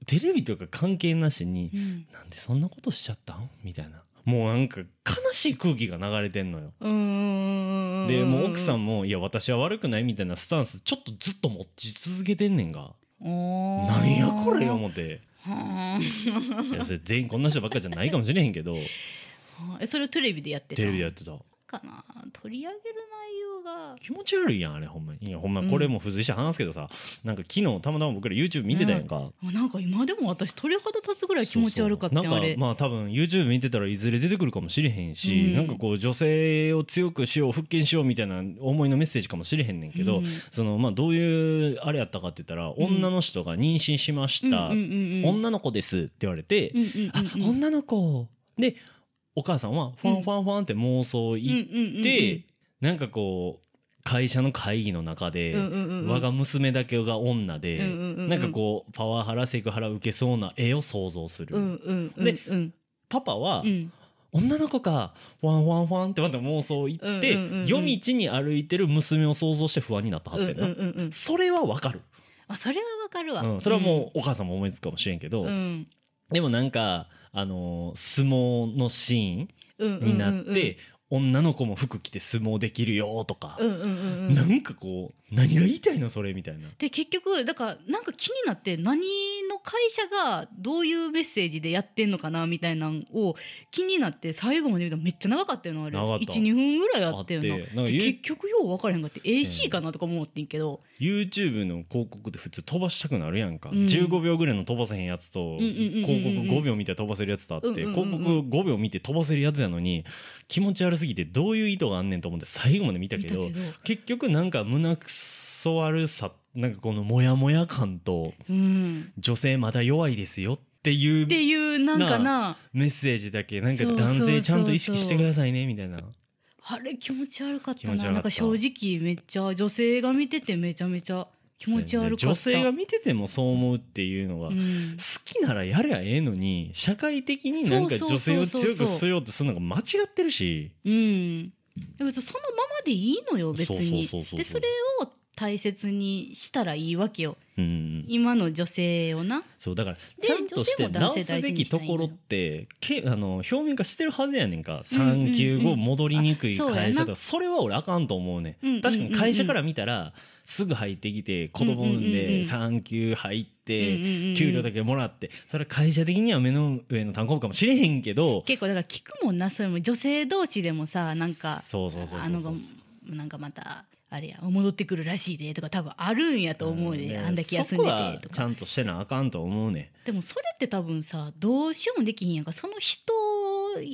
Speaker 3: テレビとか関係なしに
Speaker 1: う、ん
Speaker 3: なんでそんなことしちゃったんみたいなもうなんか悲しい空気が流れてんのよ。
Speaker 1: うんうんうん
Speaker 3: でもう奥さ
Speaker 1: ん
Speaker 3: んも「いや私は悪くない」みたいなスタンスちょっとずっと持ち続けてんねんがなんやこれよ思って
Speaker 1: はー
Speaker 3: いやそれ全員こんな人ばっかじゃないかもしれへんけど
Speaker 1: えそれをテレビでやってた
Speaker 3: テレビでやってた
Speaker 1: かな取り上げる内容が
Speaker 3: 気持ち悪いやんあれほんまにいやほんまこれも付随して話すけどさ、なんか昨日たまたま僕ら YouTube 見てたやんか、
Speaker 1: あなんか今でも私鳥肌立つぐらい気持ち悪かった
Speaker 3: そうそう
Speaker 1: あ
Speaker 3: なん
Speaker 1: れ
Speaker 3: かまあ多分 YouTube 見てたらいずれ出てくるかもしれへんし、
Speaker 1: うん
Speaker 3: なんかこう女性を強くしよう復権しようみたいな思いのメッセージかもしれへんねんけ
Speaker 1: う
Speaker 3: ど、
Speaker 1: ん
Speaker 3: そのまあどういうあれやったかって言ったら、
Speaker 1: ん
Speaker 3: 女の人が妊娠しまし
Speaker 1: うんうん
Speaker 3: た、
Speaker 1: うんうん
Speaker 3: 女の子ですって言われて、
Speaker 1: うんうん
Speaker 3: あ
Speaker 1: うんうん
Speaker 3: 女の子でお母さんはファンファンファンって妄想いっ
Speaker 1: うんうんうんうん
Speaker 3: て、なんかこう会社の会議の中で、
Speaker 1: うんうんうんうん
Speaker 3: 我が娘だけが女で、
Speaker 1: うんうんうんうん
Speaker 3: なんかこうパワハラセクハラ受けそうな絵を想像する、
Speaker 1: うんうんうん
Speaker 3: で
Speaker 1: うん
Speaker 3: パパは、
Speaker 1: うん
Speaker 3: 女の子かワンワンワンってまた妄想行って、
Speaker 1: うんうんうんうん
Speaker 3: 夜道に歩いてる娘を想像して不安になったは
Speaker 1: う
Speaker 3: っ
Speaker 1: ん
Speaker 3: て
Speaker 1: うん
Speaker 3: な、
Speaker 1: うんうん
Speaker 3: それはわかる、
Speaker 1: あそれはわかるわ、
Speaker 3: うんそれはもうお母さんも思いつくかもしれんけど、
Speaker 1: うんうん
Speaker 3: でもなんかあのー相撲のシーン
Speaker 1: うんうんうん
Speaker 3: になって、女の子も服着て相撲できるよとか、
Speaker 1: うんうんうんう
Speaker 3: なんんかこう何が言いたいのそれみたいな
Speaker 1: で結局だからなんか気になって何の会社がどういうメッセージでやってんのかなみたいなのを気になって最後まで見たらめっちゃ長かったよなあれ
Speaker 3: 長かった
Speaker 1: 12分ぐらいあ
Speaker 3: あっ
Speaker 1: ったよ
Speaker 3: て
Speaker 1: な
Speaker 3: なんか
Speaker 1: で
Speaker 3: ゆ
Speaker 1: 結局よう分からへんかって AC かなとか思ってんけど、
Speaker 3: YouTube の広告って普通飛ばしたくなるやんか、
Speaker 1: うん
Speaker 3: 15秒ぐらいの飛ばせへんやつと
Speaker 1: んうんうんうんうん
Speaker 3: 広告5秒見たら飛ばせるやつとあって
Speaker 1: うんうんうん
Speaker 3: 広告5秒見て飛ばせるやつやのに気持ち悪すぎてどういう意図があんねんと思って最後まで見た
Speaker 1: 見
Speaker 3: け
Speaker 1: たけ
Speaker 3: ど
Speaker 1: ど、
Speaker 3: 結局なんか胸くそ悪さなんかこのモヤモヤ感と
Speaker 1: うん、
Speaker 3: 女性まだ弱いですよっていう
Speaker 1: っていうなんかな
Speaker 3: メッセージだけなんか
Speaker 1: そうそう
Speaker 3: 男性ちゃんと意識
Speaker 1: そうそう
Speaker 3: してくださいねみたいな
Speaker 1: あれ気持ち悪かったな
Speaker 3: 気持ち悪かった
Speaker 1: なんか正直めっちゃ女性が見ててめちゃめちゃ気持ち悪かった
Speaker 3: 女性が見ててもそう思うっていうのは、
Speaker 1: う
Speaker 3: 好
Speaker 1: ん
Speaker 3: きならやりゃええのに社会的になんか
Speaker 1: そうそ
Speaker 3: 女
Speaker 1: うそうそう
Speaker 3: 性を強くしようとするのが間違ってるし
Speaker 1: うん、でもそのままでいいのよ別に
Speaker 3: そうそうそうそう
Speaker 1: でそれを大切にしたらいいわけよ
Speaker 3: うん
Speaker 1: 今の女性をな
Speaker 3: そうだからちゃんとして
Speaker 1: 女性も男
Speaker 3: 直
Speaker 1: 性
Speaker 3: す
Speaker 1: 大
Speaker 3: べ
Speaker 1: 事に
Speaker 3: き
Speaker 1: した
Speaker 3: と
Speaker 1: いんだよ
Speaker 3: ころってけあの表面化してるはずやねんか
Speaker 1: うんうんうん
Speaker 3: 産休後戻りにくい
Speaker 1: あそうやな
Speaker 3: 会社とかそれは俺あかんと思うね
Speaker 1: うんうんうんうん
Speaker 3: ん確かに会社から見たらすぐ入ってきて子供産ん
Speaker 1: うんうんうんう
Speaker 3: で
Speaker 1: ん
Speaker 3: 産休入って給
Speaker 1: 給
Speaker 3: 料だけもらってそれは会社的には目の上の単行部かもしれへんけど
Speaker 1: 結構だから聞くもんなそれも女性同士でもさなんか
Speaker 3: そうそうそう
Speaker 1: あ
Speaker 3: そう
Speaker 1: の
Speaker 3: そ
Speaker 1: が
Speaker 3: う
Speaker 1: なんかまたあれや戻ってくるらしいでとか多分あるんやと思うで、あんだけ休んで
Speaker 3: そこは
Speaker 1: てと
Speaker 3: ちゃ
Speaker 1: か
Speaker 3: んとしてなあかんと思うね
Speaker 1: でもそれって多分さどうしようもできひんやんかその人ひ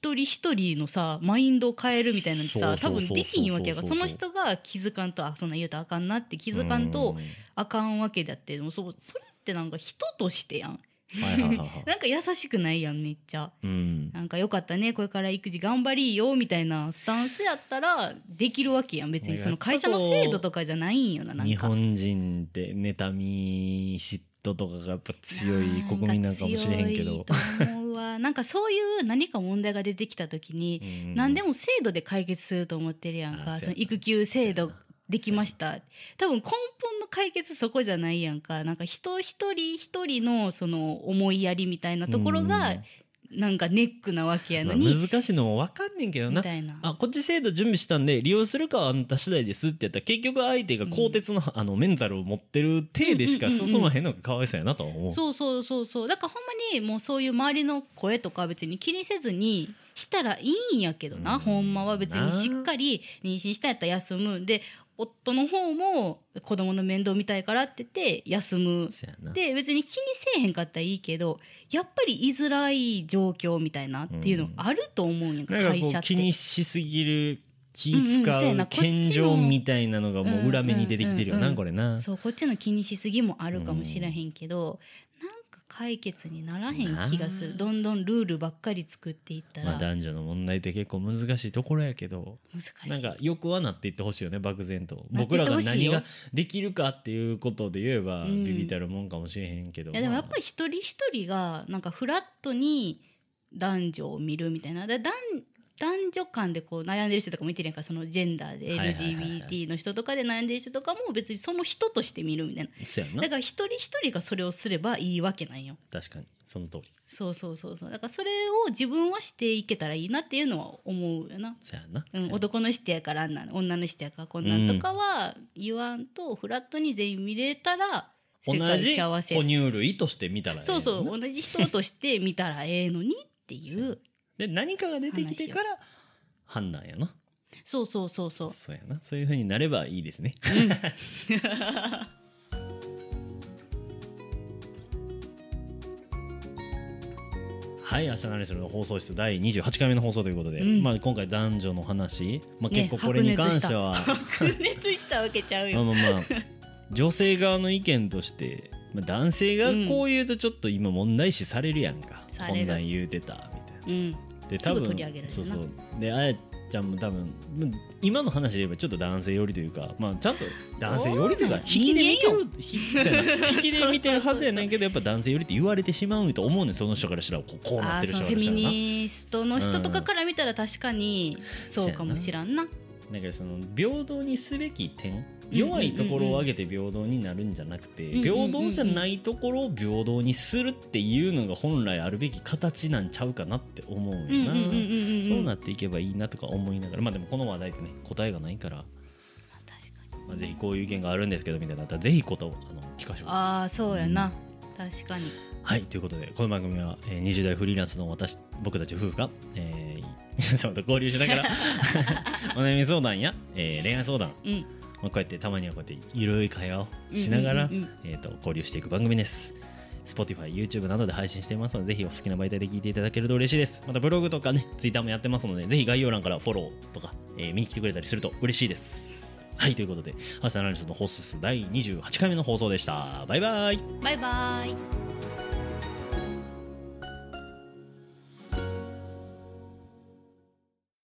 Speaker 1: 一人一人のさマインドを変えるみたいなんてさ
Speaker 3: そ
Speaker 1: 多
Speaker 3: うそうそうそう
Speaker 1: 分できひんわけやから
Speaker 3: そ
Speaker 1: そう
Speaker 3: そ
Speaker 1: の
Speaker 3: うそう
Speaker 1: 人が気づかんとあそんなん言うたらあかんなって気
Speaker 3: 気
Speaker 1: づかんとあかんわけだってでもそうそれってなんか人としてやん
Speaker 3: はいはいはいはい
Speaker 1: なんか優しくないやんめっちゃ。
Speaker 3: うん
Speaker 1: なんかよかったねこれから育児頑張りよみたいなスタンスやったらできるわけやん別にその会社の制度とかじゃないんよななん
Speaker 3: 日
Speaker 1: か
Speaker 3: 本人って妬み嫉妬とかがやっぱ強い国民なんかもしれへんけ
Speaker 1: な
Speaker 3: ど
Speaker 1: んか強いと思うわなんかそういう何か問題が出てきた時に何で
Speaker 3: も
Speaker 1: も制度で解決すると思ってるやんか
Speaker 3: あ
Speaker 1: その
Speaker 3: そうやな
Speaker 1: 育休制度できました多分根本の解決そこじゃないやんかなんか人一人一人のその思いやりみたいなところがなんかネックなわけやのに
Speaker 3: 難しいのも分かんねんけど
Speaker 1: み
Speaker 3: な
Speaker 1: たいな。
Speaker 3: あこっち制度準備したんで利用するかはあんた次第ですってやったら結局相手が鋼鉄の,、あのメンタルを持ってる体でしか
Speaker 1: うんうんうんうん
Speaker 3: 進まへんのがかわいそうやなとは思う。
Speaker 1: そうそうそうそうだからほんまにもうそういう周りの声とか別に気にせずにしたらいいんやけどな、
Speaker 3: うん
Speaker 1: ほんまは別にしっかり妊娠したんやったら休むで夫の方も子供の面倒見たいからって言って休む
Speaker 3: そうやな
Speaker 1: で別に気にせえへんかったらいいけどやっぱり居づらい状況みたいなっていうのあると思うんやんか、
Speaker 3: なんか
Speaker 1: 会
Speaker 3: こ
Speaker 1: 社
Speaker 3: う
Speaker 1: って
Speaker 3: 気。にしすぎる気
Speaker 1: うんうんそう
Speaker 3: 使
Speaker 1: や
Speaker 3: う
Speaker 1: なこっちの
Speaker 3: 謙譲みたいなのがもう裏目に出てきてるよ
Speaker 1: うんうんうんう
Speaker 3: なんこれな。
Speaker 1: そうこっちの気にしすぎもあるかもしれへんけど、なんか解決にならへん気がす
Speaker 3: な
Speaker 1: る
Speaker 3: あ
Speaker 1: どんどんルールばっかり作っていったら、
Speaker 3: まあ男女の問題って結構難しいところやけど
Speaker 1: 難しい
Speaker 3: なんかよくはなっていってほしいよね漠然と
Speaker 1: なって
Speaker 3: 僕
Speaker 1: って
Speaker 3: らが
Speaker 1: ほしい
Speaker 3: 何
Speaker 1: よ
Speaker 3: ができるかっていうことで言えば
Speaker 1: うん
Speaker 3: ビビたるもんかもしれへんけど、
Speaker 1: いやでもやっぱ
Speaker 3: り
Speaker 1: り一人一人がなんかフラットに男女を見るみたいなだ男男女間でこう悩んでる人とかもいてるやんかそのジェンダーで
Speaker 3: はいはいはいはい
Speaker 1: LGBT の人とかで悩んでる人とかも別にその人として見るみたいな
Speaker 3: そうやな
Speaker 1: だから一人一人がそれをすればいいわけなんよ
Speaker 3: 確かにその通り
Speaker 1: そうそうそうそうだからそれを自分はしていけたらいいなっていうのは思うよな、
Speaker 3: そうやな、
Speaker 1: う
Speaker 3: そうや
Speaker 1: ん、
Speaker 3: な
Speaker 1: 男の人やからあんなん女の人やからこんなんとかは言わんとフラットに全員見れたら世
Speaker 3: 同
Speaker 1: 界
Speaker 3: じ
Speaker 1: 幸
Speaker 3: 哺
Speaker 1: せ
Speaker 3: 乳類として見たらええねん
Speaker 1: そう
Speaker 3: な
Speaker 1: そう同じ人として見たらええのにってい
Speaker 3: そう
Speaker 1: う
Speaker 3: で何かが出てきてから判断やな
Speaker 1: そうそうそうそう
Speaker 3: そうやなそういうふうになればいいですね はい「明日何する」の放送室第28回目の放送ということで、
Speaker 1: うん
Speaker 3: まあ、今回男女の話、まあ、
Speaker 1: ね
Speaker 3: 結構これに関して は、
Speaker 1: 白熱したわけちゃう
Speaker 3: まあ
Speaker 1: よ
Speaker 3: まあまあ女性側の意見として、まあ、男性がこう言うとちょっと今問題視されるやんか、
Speaker 1: さ
Speaker 3: こ
Speaker 1: れる
Speaker 3: んなん言うてたみたいな。
Speaker 1: うん
Speaker 3: です多
Speaker 1: ぐ
Speaker 3: 分
Speaker 1: 取り上げられるな
Speaker 3: そうそうであやちゃんも多分まあ今の話で言えばちょっと男性寄りというか、まあ、ちゃんと男性寄りというか
Speaker 1: どう
Speaker 3: 引
Speaker 1: なん
Speaker 3: きで見て
Speaker 1: 人間
Speaker 3: るひそうやな引きで見てるはずやねんけどやっぱ男性寄りって言われてしまうと思うねんその人からしたらこうこうな
Speaker 1: あ
Speaker 3: って
Speaker 1: ー
Speaker 3: る
Speaker 1: その
Speaker 3: 人か
Speaker 1: フェ
Speaker 3: らし
Speaker 1: ミ
Speaker 3: たらな。
Speaker 1: ニストの人とかから見たら確かにそうかもしらんな
Speaker 3: だからその平等にすべき点弱いところを上げて平等になるんじゃなくて、
Speaker 1: んうんうんうん
Speaker 3: 平等じゃないところを平等にするっていうのが本来あるべき形なんちゃうかなって思うよな、そうなっていけばいいなとか思いながらまあでもこの話題ってね答えがないから、
Speaker 1: 確かに
Speaker 3: まあ、ぜひこういう意見があるんですけどみたいなのあったらぜひことをあの聞かせてください。
Speaker 1: ああそうやな、確かに
Speaker 3: はいということでこの番組は、えー20代フリーランスの私僕たち夫婦が、えー 皆様と交流しな がらお悩み相談や、えー恋愛相談、
Speaker 1: うん
Speaker 3: まあ、こうやってたまにはこうやってゆるい会話をしながら、
Speaker 1: うんうんうん
Speaker 3: えー、と交流していく番組です。Spotify、YouTube などで配信していますので、ぜひお好きな媒体で聞いていただけると嬉しいです。またブログとかね、Twitter もやってますので、ぜひ概要欄からフォローとか、えー見に来てくれたりすると嬉しいです。はい、ということで、朝のラジオの放送数第28回目の放送でした。バイバイ
Speaker 1: バイバイ